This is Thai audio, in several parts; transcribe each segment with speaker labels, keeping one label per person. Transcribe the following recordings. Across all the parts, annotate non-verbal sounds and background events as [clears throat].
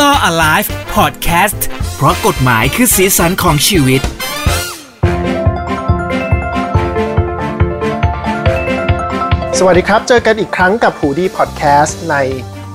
Speaker 1: Law Alive Podcast เพราะกฎหมายคือสีสันของชีวิต
Speaker 2: สวัสดีครับ เจอกันอีกครั้งกับหูดีพอดแคสต์ใน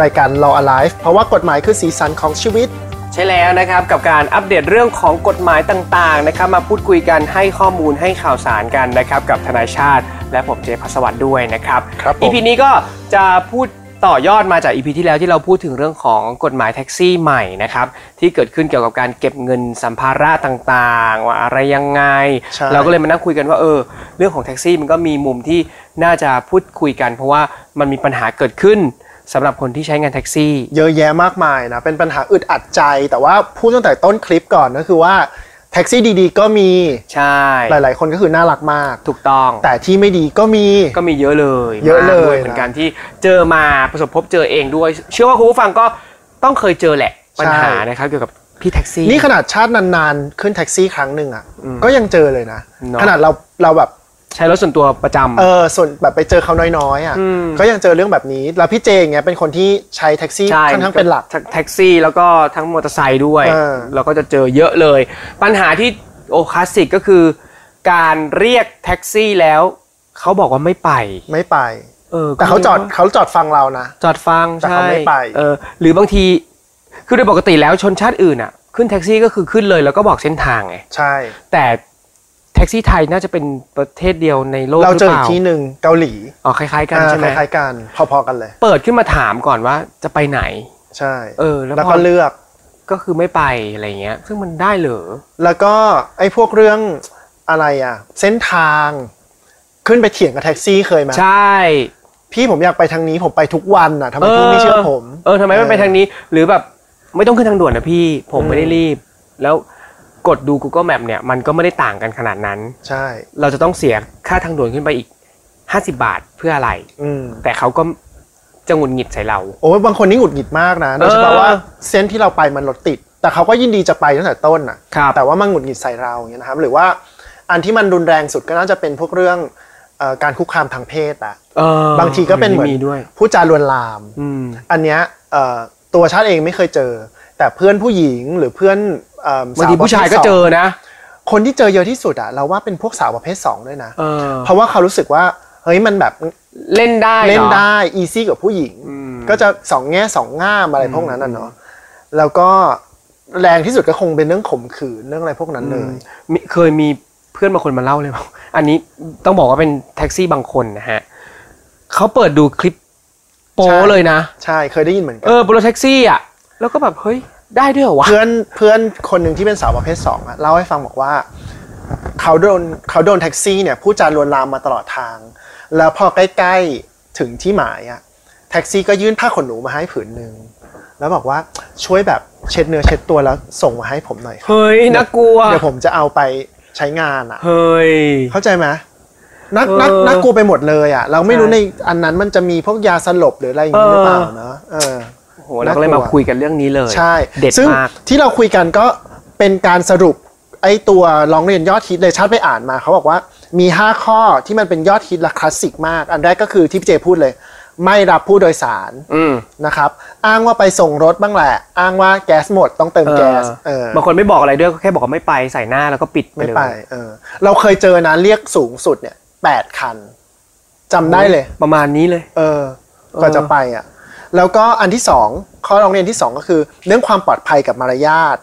Speaker 2: รายการ Law Alive เพราะว่ากฎหมายคือสีสันของชีวิต
Speaker 3: ใช่แล้วนะครับ กับการอัปเดตเรื่องของกฎหมายต่างๆนะครับ มาพูดคุยกันให้ข้อมูลให้ข่าวสารกันนะครับ กับทนายชาติ และผมเจพัสวัตด้วยนะครับ
Speaker 2: ครับผม
Speaker 3: EP นี้ก็จะพูดต่อยอดมาจาก EP ที่แล้วที่เราพูดถึงเรื่องของกฎหมายแท็กซี่ใหม่นะครับ ที่เกิดขึ้นเกี่ยวกับการเก็บเงินสัมภาระต่างๆ ว่าอะไรยังไง
Speaker 2: ใช่
Speaker 3: เราก็เลยมานั่งคุยกันว่าเออ เรื่องของแท็กซี่มันก็มีมุมที่น่าจะพูดคุยกัน เพราะว่ามันมีปัญหาเกิดขึ้นสำหรับคนที่ใช้งานแท็กซี่
Speaker 2: เยอะแยะมากมายนะ เป็นปัญหาอึดอัดใจ แต่ว่าพูดตั้งแต่ต้นคลิปก่อนก็คือว่าแท็กซี่ดีๆ ก็มี
Speaker 3: ใช่
Speaker 2: หลายๆ คนก็คือน่ารักมาก
Speaker 3: ถูกต้อง
Speaker 2: แต่ที่ไม่ดีก็มี
Speaker 3: ก็มีเยอะเลย
Speaker 2: เยอะเลย
Speaker 3: มากด้ว
Speaker 2: นะ
Speaker 3: เหมือนกันที่เจอมาประสบพบเจอเองด้วย เชื่อว่าคุณผู้ฟังก็ต้องเคยเจอแหละ ปัญหา
Speaker 2: ใช่
Speaker 3: นะครับเกี่ยวกับพี่แท็กซี่
Speaker 2: นี่ขนาดชาตินานๆ ขึ้นแท็กซี่ครั้งหนึ่งอ่ะ
Speaker 3: อืม
Speaker 2: ก็ยังเจอเลยนะ
Speaker 3: เนอะ
Speaker 2: ขนาดเราเราแบบ
Speaker 3: ใช้รถส่วนตัวประจำ
Speaker 2: เออส่วนแบบไปเจอเขาน้อยๆอ่ะ
Speaker 3: อืม
Speaker 2: ก็ยังเจอเรื่องแบบนี้ แล้วพี่เจอย่างเงี้ยเป็นคนที่ใช้แท็กซี่
Speaker 3: ใช่
Speaker 2: ค่อนข้างเป็นหลัก
Speaker 3: ทั้งแท็กซี่แล้วก็ทั้งมอเตอร์ไซค์ด้วย
Speaker 2: เออ
Speaker 3: เราก็จะเจอเยอะเลย ปัญหาที่โอคลาสสิกก็คือ การเรียกแท็กซี่แล้วเขาบอกว่าไม่ไป
Speaker 2: ไม่ไป
Speaker 3: ออ
Speaker 2: แต่เขาจอดเขาจอดฟังเรานะ
Speaker 3: จอดฟัง
Speaker 2: แต่เขา
Speaker 3: ใช่
Speaker 2: ไม่ไป
Speaker 3: เออหรือบางทีคือโดยปกติแล้วชนชาติอื่นอ่ะ ขึ้นแท็กซี่ก็คือขึ้นเลยแล้วก็บอกเส้นทางไง
Speaker 2: ใช่
Speaker 3: แต่แท็กซี่ไทยน่าจะเป็นประเทศเดียวในโลกห
Speaker 2: เรา
Speaker 3: รือ
Speaker 2: เจอ
Speaker 3: เป
Speaker 2: อีก
Speaker 3: ล่า
Speaker 2: ที่หนึ่งเกาหลี
Speaker 3: อ๋อคล้าย ๆ กัน
Speaker 2: อ่า
Speaker 3: ใช่ไหม
Speaker 2: คล้ายๆกันพอๆกันเลย
Speaker 3: เปิดขึ้นมาถามก่อนว่าจะไปไหน
Speaker 2: ใช่
Speaker 3: เออแล้วพอ
Speaker 2: แล้วก็เลือก
Speaker 3: ก็คือไม่ไปอะไรเงี้ย ซึ่งมันได้เหรอ
Speaker 2: แล้วก็ไอ้พวกเรื่องอะไรอ่ะ เส้นทาง ขึ้นไปเถียงกับแท็กซี่เคยไหม
Speaker 3: ใช่
Speaker 2: พี่ผมอยากไปทางนี้ผมไปทุกวันอ่ะทำไมพี่ไม่เชื่อผม
Speaker 3: เออทำไมไม่ไปทางนี้ หรือแบบไม่ต้องขึ้นทางด่วนนะพี่ ผมไม่ได้รีบ แล้วกดดู Google Map เนี่ยมันก็ไม่ได้ต่างกันขนาดนั้น
Speaker 2: ใช่
Speaker 3: เราจะต้องเสียค่าทางด่วนขึ้นไปอีก 50 บาทเพื่ออะไร
Speaker 2: อืม
Speaker 3: แต่เขาก็จะหงุดหงิดใส่เรา
Speaker 2: โอ้ยบางคนนี่หงุดหงิดมากนะโดยเฉพาะ
Speaker 3: เออ
Speaker 2: ว่าเส้นที่เราไปมันรถติด แต่เขาก็ยินดีจะไปตั้งแต่ต้นอ่ะ
Speaker 3: ครับ
Speaker 2: แต่ว่ามันหงุดหงิดใส่เราอย่างเงี้ยนะครับ หรือว่าอันที่มันรุนแรงสุดก็น่าจะเป็นพวกเรื่องเอ่อการคุกคามทางเพศอะ
Speaker 3: เออบ
Speaker 2: างทีก็เป็นเหมือน
Speaker 3: มีด้วย
Speaker 2: ผู้จาลวนลาม
Speaker 3: อืม
Speaker 2: อันเนี้ยเอ่อตัวชาติเองไม่เคยเจอ แต่เพื่อนผู้หญิงหรือเพื่อนเอิ่ม
Speaker 3: บางที
Speaker 2: สวประเภท
Speaker 3: ผู้ชายก็เจ
Speaker 2: ส
Speaker 3: อนะ
Speaker 2: งคนที่เจอเยอะที่สุดอะเราว่าเป็นพวกสาวประเภทสองด้วยนะ
Speaker 3: เออ
Speaker 2: เพราะว่าเขารู้สึกว่าเฮ้ยมันแบบ
Speaker 3: เล่นได้หรอ
Speaker 2: เล่นได้อีซี่กับผู้หญิง
Speaker 3: อืม
Speaker 2: ก็จะสองแง่สองง่ามอะไรพวกนั้นน่ะเนาะแล้วก็แรงที่สุดก็คงเป็นเรื่องข่มขืนเรื่องอะไรพวกนั้นเลย
Speaker 3: มีเคยมีเพื่อนบางคนมาเล่าเลยบอกอันนี้ต้องบอกว่าเป็นแท็กซี่บางคนนะฮะเขาเปิดดูคลิปโป้
Speaker 2: ใช่
Speaker 3: เลยนะ
Speaker 2: ใช่เคยได้ยินเหมือนกัน
Speaker 3: เออบนรถแท็กซี่อ่ะ แล้วก็แบบเฮ้ยได้ด้วยเหรอวะ
Speaker 2: เพื่อนเพื่อนคนหนึ่งที่เป็นสาวประเภทสองอะเล่าให้ฟังบอกว่าเขาโดนเขาโดนแท็กซี่เนี่ยพูดจาลวนลามมาตลอดทาง แล้วพอใกล้ๆถึงที่หมายอะแท็กซี่ก็ยื่นผ้าขนหนูมาให้ผืนหนึ่งแล้วบอกว่าช่วยแบบเช็ดเนื้อเช็ดตัวแล้วส่งมาให้ผมหน่อยครับ
Speaker 3: เฮ้ยน่ากลัว
Speaker 2: เดี๋ยวผมจะเอาไปใช้งานอะ
Speaker 3: เฮ้ย
Speaker 2: เข้าใจไหมนักนัก
Speaker 3: เออ
Speaker 2: นักกลัวไปหมดเลยอะเราไม่รู้
Speaker 3: ใช่
Speaker 2: ในอันนั้นมันจะมีพวกยาสลบหรืออะไรอย่างนี้หรือเปล่าเนอะเออ
Speaker 3: โอ้โหเราก็เล
Speaker 2: น่าม
Speaker 3: ยาก
Speaker 2: ลัว
Speaker 3: คุยกันเรื่องนี้เลย
Speaker 2: ใช่
Speaker 3: เด็ด
Speaker 2: ซึ่ง
Speaker 3: มาก
Speaker 2: ที่เราคุยกันก็เป็นการสรุปไอ้ตัวร้องเรียนยอดฮิตเลยชาติไปอ่านมาเขาบอกว่ามี 5 ข้อที่มันเป็นยอดฮิตและคลาสสิกมาก อันแรกก็คือที่พี่เจพูดเลย ไม่รับผู้โดยสาร
Speaker 3: อืม
Speaker 2: นะครับ อ้างว่าไปส่งรถบ้างแหละ อ้างว่าแก๊สหมดต้องเติม
Speaker 3: เอ
Speaker 2: แก๊
Speaker 3: อ
Speaker 2: สเออบ
Speaker 3: างคนไม่บอกอะไรด้วยก็แค่บอกว่าไม่ไปใส่หน้าแล้วก็ปิดไป
Speaker 2: ไม่
Speaker 3: เลย
Speaker 2: ไปเออเราเคยเจอนะเรียกสูงสุดเนี่ยแปดคันจำได้เลย
Speaker 3: ประมาณนี้เลย
Speaker 2: เออก็จะไปอ่ะ แล้วก็อันที่สองข้อร้องเรียนที่สองก็คือ เรื่องความปลอดภัยกับมารยาท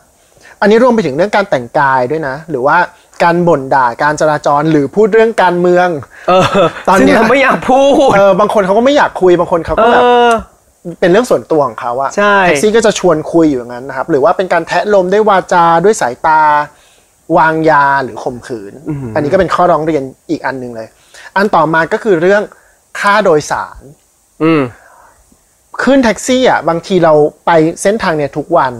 Speaker 2: อันนี้รวมไปถึงเรื่องการแต่งกายด้วยนะ หรือว่าการบ่นด่าการจราจรหรือพูดเรื่องการเมือง
Speaker 3: เออ
Speaker 2: ตอนเนี้ย
Speaker 3: ซึ่งเราไม่อยากพูด
Speaker 2: เออบางคนเขาก็ไม่อยากคุยบางคนเขา
Speaker 3: เอ
Speaker 2: ก็แบบ
Speaker 3: อ
Speaker 2: เป็นเรื่องส่วนตัวของเขาอะ
Speaker 3: ใช่
Speaker 2: แท็กซี่ก็จะชวนคุยอยู่อย่างนั้นนะครับ หรือว่าเป็นการแทะลมด้วยวาจาด้วยสายตา วางยาหรือข่มขืน อันนี้ก็เป็นข้อร้องเรียนอีกอันหนึ่งเลย อันต่อมาก็คือเรื่องค่าโดยสาร
Speaker 3: อืม
Speaker 2: ขึ้นแท็กซี่อ่ะบางทีเราไปเส้นทางเนี่ยทุกวัน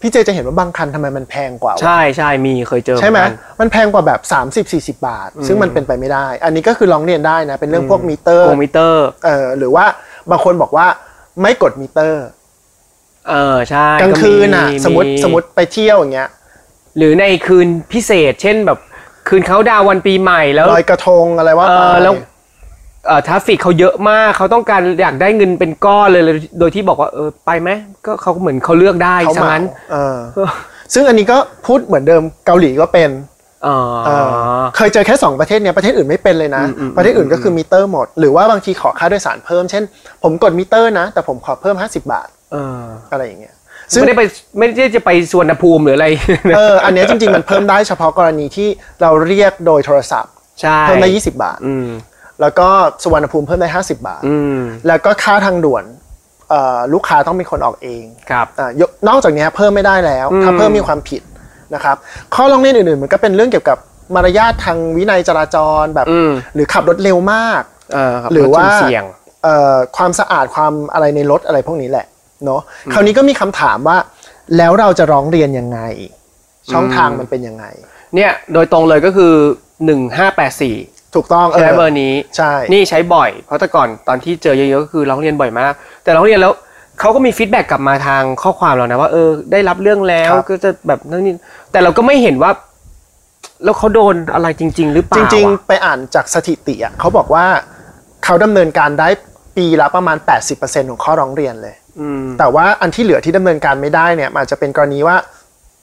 Speaker 2: พี่เจจะเห็นว่าบางคันทำไมมันแพงกว่าวะ
Speaker 3: ใช่ใช่มีเคยเจอ
Speaker 2: ใช่ไหม
Speaker 3: เอนกัน
Speaker 2: มันแพงกว่าแบบ 30 40 บาท ซึ่งมันเป็นไปไม่ได้ อันนี้ก็คือร้องเรียนได้นะ เป็นเรื่องพวกมิเตอร์
Speaker 3: โกงมิเตอร์
Speaker 2: เออหรือว่าบางคนบอกว่าไม่กดมิเตอร์
Speaker 3: เออ ใช่
Speaker 2: กลางคืนอ่ะ
Speaker 3: ก็
Speaker 2: สมมติสมมติไปเที่ยวอย่างเงี้ย
Speaker 3: หรือในคืนพิเศษ เช่นแบบคืนเขาดาวน์วันปีใหม่แล้ว
Speaker 2: ลอยกระทงอะไรว่า
Speaker 3: เออ
Speaker 2: ไป
Speaker 3: แล้ว ทราฟฟิกเขาเยอะมากเขาต้องการอยากได้เงินเป็นก้อนเลยเลยโดยที่บอกว่าเออไปไหมก็เขาเหมือนเขาเลือกได้
Speaker 2: เขา
Speaker 3: ซะ
Speaker 2: เหมา
Speaker 3: งั้น
Speaker 2: เออ ซึ่งอันนี้ก็พูดเหมือนเดิมเกาหลีก็เป็น
Speaker 3: อ๋อ
Speaker 2: เออเคยเจอแค่ 2 ประเทศเนี่ยประเทศอื่นไม่เป็นเลยนะ
Speaker 3: อืมอืม
Speaker 2: ประเทศอื่นก็คือมิเตอร์หมด หรือว่าบางทีขอค่าโดยสารเพิ่ม เช่น ผมกดมิเตอร์นะ แต่ผมขอเพิ่ม 50 บาท
Speaker 3: า
Speaker 2: อะไรอย่างเงี้ยซึ่ง
Speaker 3: ไม่ได้ไปไม่ได้จะไปสวนภูมิหรืออะไร [laughs]
Speaker 2: เอออันเนี้ยจริง ๆ มันเพิ่มได้เฉพาะกรณีที่เราเรียกโดยโทรศัพท์
Speaker 3: ใช่
Speaker 2: เพิ่มได้ 20 บาท
Speaker 3: อืม
Speaker 2: แล้วก็สุวรรณภูมิเพิ่มได้ 50 บาท
Speaker 3: อืม
Speaker 2: แล้วก็ค่าทางด่วนเอ่อลูกค้าต้องเป็นคนออกเอง
Speaker 3: ครับ
Speaker 2: อ่ะยกนอกจากเนี้ยเพิ่มไม่ได้แล้ว
Speaker 3: อืม
Speaker 2: ถ้าเพิ่มมีความผิดนะครับ ข้อร้องเรียนอื่นๆ มันก็เป็นเรื่องเกี่ยวกับมารยาททางวินัยจราจรแบบ
Speaker 3: อืม
Speaker 2: หรือขับรถเร็วมาก
Speaker 3: เออคบ
Speaker 2: หรือว่า
Speaker 3: จุดเสี่ยง
Speaker 2: เอ่อความสะอาดความอะไรในรถอะไรพวกนี้แหละเนาะคราวนี้ก็มีคำถามว่า แล้วเราจะร้องเรียนยังไง ช่องทางมันเป็นยังไง
Speaker 3: เนี่ยโดยตรงเลยก็คือ 1584
Speaker 2: ถูกต้องเอ
Speaker 3: ใช้
Speaker 2: อ
Speaker 3: เบอร์นี้
Speaker 2: ใช่
Speaker 3: นี่ใช้บ่อย เพราะแต่ก่อนตอนที่เจอเยอะๆก็คือร้องเรียนบ่อยมาก แต่ร้องเรียนแล้วเขาก็มีฟีดแบ็กกลับมาทางข้อความเรานะว่าเออได้รับเรื่องแล้วก็จะแบบนั่นนี่แต่เราก็ไม่เห็นว่า แล้วเขาโดนอะไรจริง ๆ หรือเป
Speaker 2: จ
Speaker 3: ล่า
Speaker 2: ริง
Speaker 3: อะ
Speaker 2: ๆ ไปอ่านจากสถิติอ่ะเขาบอกว่าเขาดำเนินการได้ปีละประมาณ 80%ของข้อร้องเรียนเลย
Speaker 3: อืม
Speaker 2: แต่ว่าอันที่เหลือที่ดำเนินการไม่ได้เนี่ยมันอาจจะเป็นกรณีว่า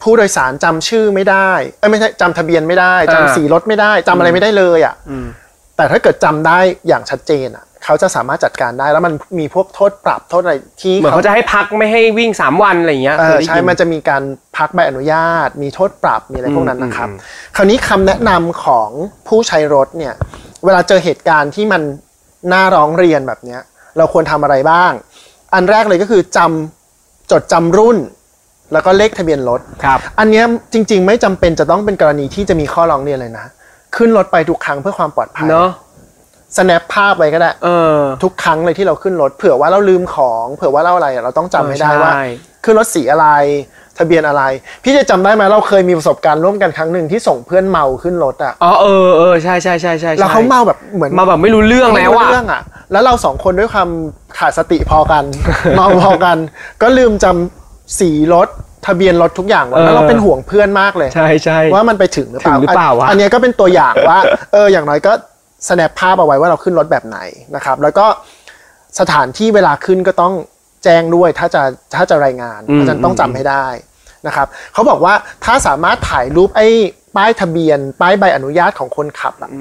Speaker 2: ผู้โดยสารจำชื่อไม่ได้เอ้ยไม่ใช่จำทะเบียนไม่ได้จำสีรถไม่ได้จำอะไรไม่ได้เลยอ่ะ
Speaker 3: อืม
Speaker 2: แต่ถ้าเกิดจำได้อย่างชัดเจนอ่ะเขาจะสามารถจัดการได้แล้วมันมีพวกโทษปรับโทษอะไรที่
Speaker 3: เหมือนเขาจะให้พักไม่ให้วิ่งสามวันอะไรอย่างเงี้ย
Speaker 2: เอ
Speaker 3: เค
Speaker 2: อย
Speaker 3: ได้ยิ
Speaker 2: ใช่มันจะมีการพักใบอนุญาต มีโทษปรับมีอะไรพวกนั้นนะครับ
Speaker 3: อืม
Speaker 2: คราวนี้คำแนะนำของผู้ใช้รถเนี่ยเวลาเจอเหตุการณ์ที่มันน่าร้องเรียนแบบเนี้ยเราควรทำอะไรบ้าง อันแรกเลยก็คือจำจดจำรุ่น แล้วก็เลขทะเบียนรถ
Speaker 3: ครับ
Speaker 2: อันเนี้ยจริง ๆ ไม่จำเป็นจะต้องเป็นกรณีที่จะมีข้อร้องเรียนเลยนะ ขึ้นรถไปทุกครั้งเพื่อความปลอดภัย
Speaker 3: เนอะ
Speaker 2: snap ภาพไว้ก็ได้
Speaker 3: เออ
Speaker 2: ทุกครั้งเลยที่เราขึ้นรถเผื่อว่าเราลืมของ เผื่อว่าเราอะไรเราต้องจำให้ได้
Speaker 3: เออใช่
Speaker 2: ว่า ขึ้นรถสีอะไร ทะเบียนอะไร พี่จะจำได้ไหมเราเคยมีประสบการณ์ร่วมกันครั้งหนึ่งที่ส่งเพื่อนเมาขึ้นรถอะ
Speaker 3: อ๋อเออเออใช่ใช่ใช่ใช่ใช่
Speaker 2: แล้วเขาเมาแบบเหมือน
Speaker 3: มาแบบไม่รู้เรื่องแล้ว
Speaker 2: ไม่
Speaker 3: อ่ะ
Speaker 2: รู้เรื่องอ่ะ แล้วเราสองคนด้วยความขาดสติพอ
Speaker 3: [laughs]
Speaker 2: กัน เมาพอกัน ก็ลืมจำสีรถทะเบียนรถทุกอย่างไว้
Speaker 3: เออ
Speaker 2: แล้วเราเป็นห่วงเพื่อนมากเลย
Speaker 3: ใช่ใช่
Speaker 2: ว่ามันไปถึงหรือเปล่า
Speaker 3: ถึงหรือเปล่าวะ
Speaker 2: นอันเนี้ยก็เป็นตัวอย่างว่า เอออย่างน้อยก็ snap ภาพเอาไว้ว่าเราขึ้นรถแบบไหนนะครับ แล้วก็สถานที่เวลาขึ้นก็ต้องแจ้งด้วยถ้าจะถ้าจะรายงานเพราะฉะนั้นต้องจำให้ได้นะครับเขาบอกว่าถ้าสามารถถ่ายรูปไอ้ป้ายทะเบียน ป้ายใบอนุญาตของคนขับอะ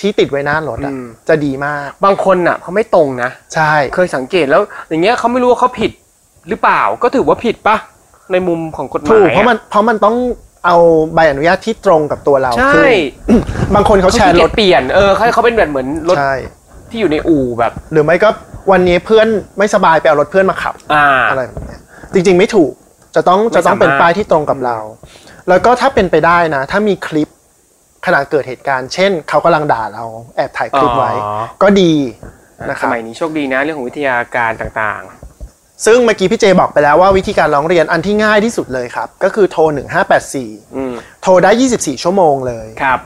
Speaker 2: ที่ติดไว้หน้ารถอะ
Speaker 3: อืม
Speaker 2: จะดีมาก
Speaker 3: บางคนอ่ะเขาไม่ตรงนะ
Speaker 2: ใช่
Speaker 3: เคยสังเกตแล้วอย่างเงี้ยเขาไม่รู้ว่าเขาผิดหรือเปล่าก็ถือว่าผิดปะในมุมของกฎหมาย
Speaker 2: ถูกเพ
Speaker 3: อ
Speaker 2: ราะมันเพราะมันต้องเอาใบอนุญาตที่ตรงกับตัวเรา
Speaker 3: ใช่
Speaker 2: คือบางคนเขา
Speaker 3: เขา
Speaker 2: แช
Speaker 3: แชร์
Speaker 2: ร์
Speaker 3: ร
Speaker 2: ร
Speaker 3: ถ
Speaker 2: ถ
Speaker 3: เปลี่ยนเออเขาเขาเป็นแบบเหมือนรถ
Speaker 2: ใช่
Speaker 3: ที่อยู่ในอู่แบบ
Speaker 2: หรือไม่ก็วันนี้เพื่อนไม่สบายไปเอารถเพื่อนมาขับ
Speaker 3: อ่า
Speaker 2: อะไรแบบเนี้ยจริงๆไม่ถูกจะต้องจะต้องเป็น
Speaker 3: ไม่สามารถ
Speaker 2: ป้ายที่ตรงกับเรา แล้วก็ถ้าเป็นไปได้นะ ถ้ามีคลิปขณะเกิดเหตุการณ์ เช่นเขากำลังด่าเราแอบถ่ายคลิปไว้
Speaker 3: อ๋อ
Speaker 2: ก็ดีนะค
Speaker 3: ส
Speaker 2: รับ
Speaker 3: มัยนี้โชคดีนะเรื่องของวิทยาการต่าง
Speaker 2: ซึ่งเมื่อกี้พี่เจบอกไปแล้วว่าวิธีการร้องเรียนอันที่ง่ายที่สุดเลยครับ ก็คือโทร
Speaker 3: ๆ อืม
Speaker 2: 1584 โทรได้ 24 ชั่วโมงเลย
Speaker 3: ครับ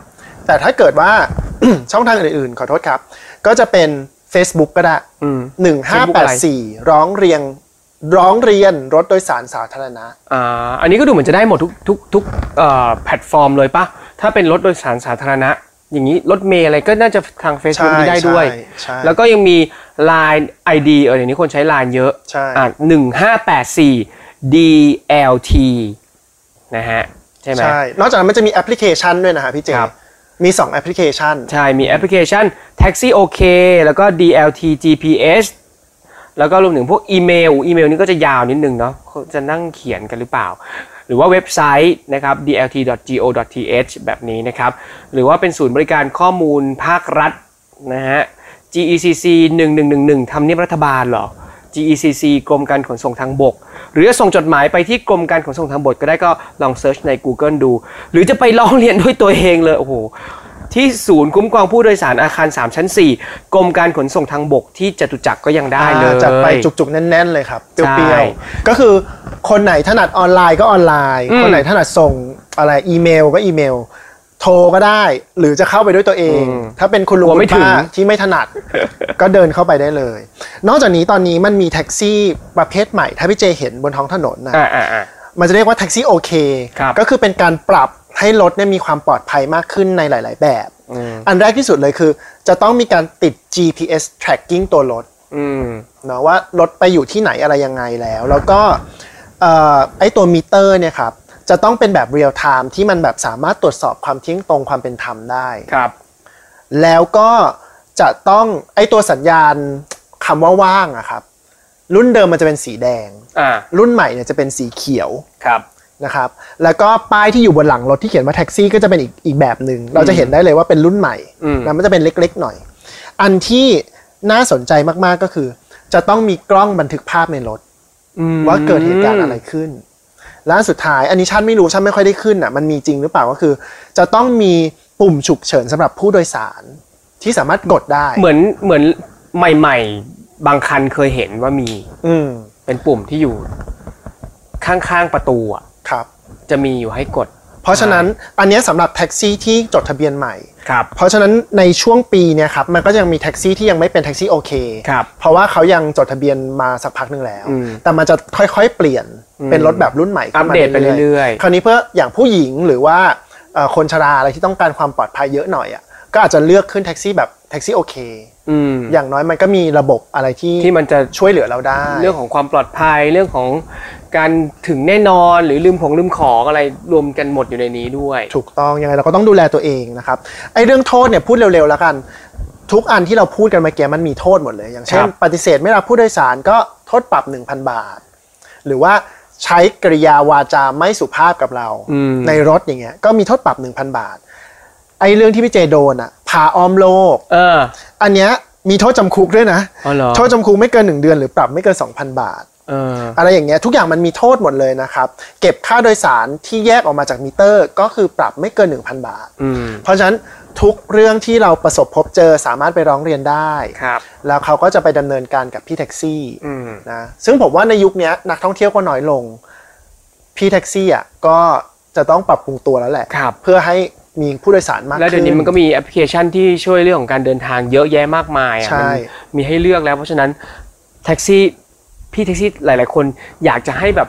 Speaker 2: แต่ถ้าเกิดว่า [clears throat] ช่องทางอื่นๆ ขอโทษครับ ก็จะเป็น Facebook ก็ได้
Speaker 3: อืม Facebook อะไร
Speaker 2: 1584 ร้องเรียนร้องเรียนรถโดยสารสาธารณะ
Speaker 3: อ่าอันนี้ก็ดูเหมือนจะได้หมดทุกทุกทุกเอ่อแพลตฟอร์มเลยปะถ้าเป็นรถโดยสารสาธารณะ อย่างนี้รถเมล์อะไรก็น่าจะทาง Facebook นี่ได้ด้วย
Speaker 2: ใช่
Speaker 3: แล้วก็ยังมี Line ID เออเดี๋ยวนี้คนใช้ Line เยอะ
Speaker 2: ใช่
Speaker 3: อ่ะหนึ่งห้าแปดสี่ DLT นะฮะ ใช่ไหม
Speaker 2: ใช่ นอกจากนั้นมันจะมีแอปพลิเคชันด้วยนะฮะพี่เจ
Speaker 3: ครับ
Speaker 2: มี 2 แอปพลิเคชัน
Speaker 3: ใช่ มีแอปพลิเคชัน Taxi OK แล้วก็ DLT GPS แล้วก็รวมถึงพวกอีเมล อีเมลนี่ก็จะยาวนิดนึงเนาะเขาจะนั่งเขียนกันหรือเปล่า หรือว่าเว็บไซต์นะครับ dlt.go.th แบบนี้นะครับ หรือว่าเป็นศูนย์บริการข้อมูลภาครัฐนะฮะ GECC 1111ทำเนียบรัฐบาลเหรอ GECC กรมการขนส่งทางบก หรือจะส่งจดหมายไปที่กรมการขนส่งทางบกก็ได้ก็ลองเซิร์ชใน Google ดู หรือจะไปลองเรียนด้วยตัวเองเลยโอ้โห ที่ศูนย์คุ้มครองผู้โดยสารอาคาร 3 ชั้น 4 กรมการขนส่งทางบกที่จตุจักรก็ยังได้เลย
Speaker 2: อ่าจัดไปจุกๆ แน่น ๆ เลยครับ เป
Speaker 3: ใช่
Speaker 2: รี้ยวๆ ก็คือคนไหนถนัดออนไลน์ก็ออนไลน์
Speaker 3: อืม
Speaker 2: คนไหนถนัดส่งอะไรอีเมลก็อีเมล โทรก็ได้ หรือจะเข้าไปด้วยตัวเอง
Speaker 3: อืม
Speaker 2: ถ้าเป็นคุณลุง
Speaker 3: กลัวไม่
Speaker 2: คุณป้า
Speaker 3: ถึง
Speaker 2: ที่ไม่ถนั
Speaker 3: [laughs]
Speaker 2: ด ก็เดินเข้าไปได้เลย นอกจากนี้ตอนนี้มันมีแท็กซี่ประเภทใหม่ ถ้าพี่เจเห็นบนท้องถนนนะ
Speaker 3: อ่าอ่าอ่า
Speaker 2: มันจะเรียกว่าแท็กซี่โอเค
Speaker 3: ครับ
Speaker 2: ก็คือเป็นการปรับให้รถเนี่ยมีความปลอดภัยมากขึ้นในหลาย ๆ แบบ
Speaker 3: อืม
Speaker 2: อันแรกที่สุดเลยคือ จะต้องมีการติด GPS tracking ตัวรถ
Speaker 3: อืม
Speaker 2: เนาะว่ารถไปอยู่ที่ไหนอะไรยังไงแล้ว แล้วก็เอ่อไอตัวมิเตอร์เนี่ยครับจะต้องเป็นแบบเรียลไทม์ที่มันแบบสามารถตรวจสอบความเที่ยงตรงความเป็นธรรมได้
Speaker 3: ครับ
Speaker 2: แล้วก็จะต้องไอตัวสัญญาณคำว่าว่างอะครับรุ่นเดิมมันจะเป็นสีแดง
Speaker 3: อ่า
Speaker 2: รุ่นใหม่เนี่ยจะเป็นสีเขียว
Speaker 3: ครับ
Speaker 2: นะครับแล้วก็ป้ายที่อยู่บนหลังรถที่เขียนว่าแท็กซี่ก็จะเป็นอีกอีกแบบหนึ่งเราจะเห็นได้เลยว่าเป็นรุ่นใหม่
Speaker 3: อืม
Speaker 2: นะมันจะเป็นเล็กๆหน่อย อันที่น่าสนใจมากๆก็คือ จะต้องมีกล้องบันทึกภาพในรถ
Speaker 3: อืม
Speaker 2: ว่าเกิดเหตุการณ์อะไรขึ้น และอันสุดท้าย อันนี้ชันไม่รู้ชันไม่ค่อยได้ขึ้นอ่ะมันมีจริงหรือเปล่าก็คือ จะต้องมีปุ่มฉุกเฉินสำหรับผู้โดยสาร ที่สามารถกดได้
Speaker 3: เหมือนเหมือนใหม่ ๆ บางคันเคยเห็นว่ามี
Speaker 2: อืม
Speaker 3: เป็นปุ่มที่อยู่ ข้างๆประตูอ่ะ
Speaker 2: ครับ
Speaker 3: จะมีอยู่ให้กด
Speaker 2: เพราะฉะนั้นอันเนี้ยสำหรับแท็กซี่ที่จดทะเบียนใหม่
Speaker 3: ครับ
Speaker 2: เพราะฉะนั้นในช่วงปีเนี่ยครับมันก็ยังมีแท็กซี่ที่ยังไม่เป็นแท็กซี่โอเค
Speaker 3: ครับ
Speaker 2: เพราะว่าเขายังจดทะเบียนมาสักพักหนึ่งแล้ว
Speaker 3: อืม
Speaker 2: แต่มันจะค่อยๆ เปลี่ยนเป็นรถแบบรุ่นใหม่
Speaker 3: อัปเดตไปเรื่อยๆ
Speaker 2: ๆคราวนี้เพื่ออย่างผู้หญิงหรือว่าเอ่อคนชราอะไรที่ต้องการความปลอดภัยเยอะหน่อยอ่ะ ก็อาจจะเลือกขึ้นแท็กซี่แบบแท็กซี่โอเค
Speaker 3: อืม
Speaker 2: อย่างน้อยมันก็มีระบบอะไรที่
Speaker 3: ที่มันจะ
Speaker 2: ช่วยเหลือเราได้
Speaker 3: เรื่องของความปลอดภัยเรื่องของการถึงแน่นอนหรือลืมของลืมของอะไรรวมกันหมดอยู่ในนี้ด้วย
Speaker 2: ถูกต้องยังไงเราก็ต้องดูแลตัวเองนะครับไอ้เรื่องโทษเนี่ยพูดเร็วๆแล้วกัน ทุกอันที่เราพูดกันเมื่อกี้มันมีโทษหมดเลย อย่างเช่น
Speaker 3: ครับ
Speaker 2: ปฏิเสธไม่รับผู้โดยสารก็โทษปรับ 1,000 บาท หรือว่าใช้กริยาวาจาไม่สุภาพกับเรา
Speaker 3: อืม
Speaker 2: ในรถอย่างเงี้ยก็มีโทษปรับ 1,000 บาท ไอ้เรื่องที่พี่เจโดนอะพาอ้อมโลก
Speaker 3: เออ
Speaker 2: อันเนี้ยมีโทษจำคุกด้วยนะ
Speaker 3: อ๋อเหรอ
Speaker 2: โทษจำคุกไม่เกิน 1 เดือนหรือปรับไม่เกิน 2,000 บาท
Speaker 3: เออ
Speaker 2: อะไรอย่างเงี้ยทุกอย่างมันมีโทษหมดเลยนะครับ เก็บค่าโดยสารที่แยกออกมาจากมิเตอร์ ก็คือปรับไม่เกิน 1,000 บาท
Speaker 3: อืม
Speaker 2: เพราะฉะนั้นทุกเรื่องที่เราประสบพบเจอสามารถไปร้องเรียนได้
Speaker 3: ครับ
Speaker 2: แล้วเขาก็จะไปดำเนินการกับพี่แท็กซี่
Speaker 3: อืม
Speaker 2: นะซึ่งผมว่าในยุคเนี้ยนักท่องเที่ยวก็น้อยลง พี่แท็กซี่อ่ะก็จะต้องปรับปรุงตัวแล้วแหละ
Speaker 3: ครับ
Speaker 2: เพื่อให้มีผู้โดยสารมากขึ้น
Speaker 3: แล้วเดี๋ยวนี้มันก็มีแอปพลิเคชันที่ช่วยเรื่องของการเดินทางเยอะแยะมากมายอ่ะ
Speaker 2: ใช่
Speaker 3: มันมีให้เลือกแล้ว เพราะฉะนั้นแท็กซี่พี่แท็กซี่หลาย ๆ คนอยากจะให้แบบ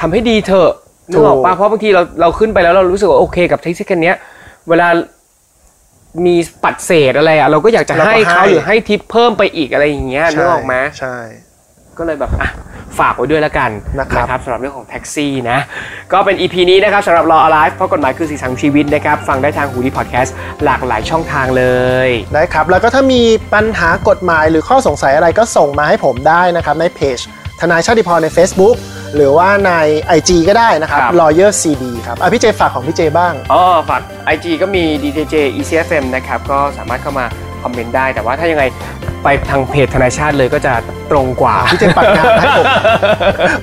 Speaker 3: ทำให้ดีเถอะนึกออกปะเพราะบางทีเราเราขึ้นไปแล้วเรารู้สึกว่าโอเคกับแท็กซี่คันเนี้ยเวลามีปัดเศษอะไรอ่ะเราก็อยากจะให้เขาหรือให้ทิปเพิ่มไปอีกอะไรอย่างเงี้ยนึกออกไหม
Speaker 2: ใช่
Speaker 3: ก็เลยแบบอ่ะฝากไว้ด้วยละกัน
Speaker 2: นะครับ
Speaker 3: สำหรับเรื่องของแท็กซี่นะ ก็เป็น EP นี้นะครับสำหรับ Law Alive เพราะกฎหมายคือสีสังชีวิตนะครับ ฟังได้ทางหูดีพอดแคสต์หลากหลายช่องทางเลย
Speaker 2: ได้ครับ แล้วก็ถ้ามีปัญหากฎหมายหรือข้อสงสัยอะไรก็ส่งมาให้ผมได้นะครับ ในเพจ ทนายชาติพรใน Facebook หรือว่าใน IG ก็ได้นะครับ
Speaker 3: ครับ
Speaker 2: lawyer cd ครับอ่ะพี่เจฝากของพี่เจบ้าง
Speaker 3: อ๋อฝาก IG ก็มี DJJ ECFM นะครับ ก็สามารถเข้ามาคอมเมนต์ได้ แต่ว่าถ้ายังไงไปทางเพจธนาชาติเลยก็จะตรงกว่า
Speaker 2: พี่เจปักงานให้ผม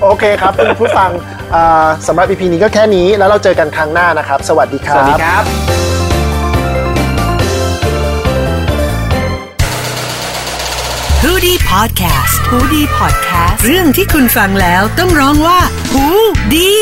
Speaker 2: โอเคครับคุณผู้ฟังอ่าสำหรับ EP นี้ก็แค่นี้แล้วเราเจอกันครั้งหน้านะครับ สวัสดีค
Speaker 3: สวั
Speaker 2: รั
Speaker 3: สดี
Speaker 2: บ
Speaker 3: ครับ
Speaker 4: h o ดี้พอดแคสต์ o ูดี้พอดแคสต์ เรื่องที่คุณฟังแล้วต้องร้องว่า หูดี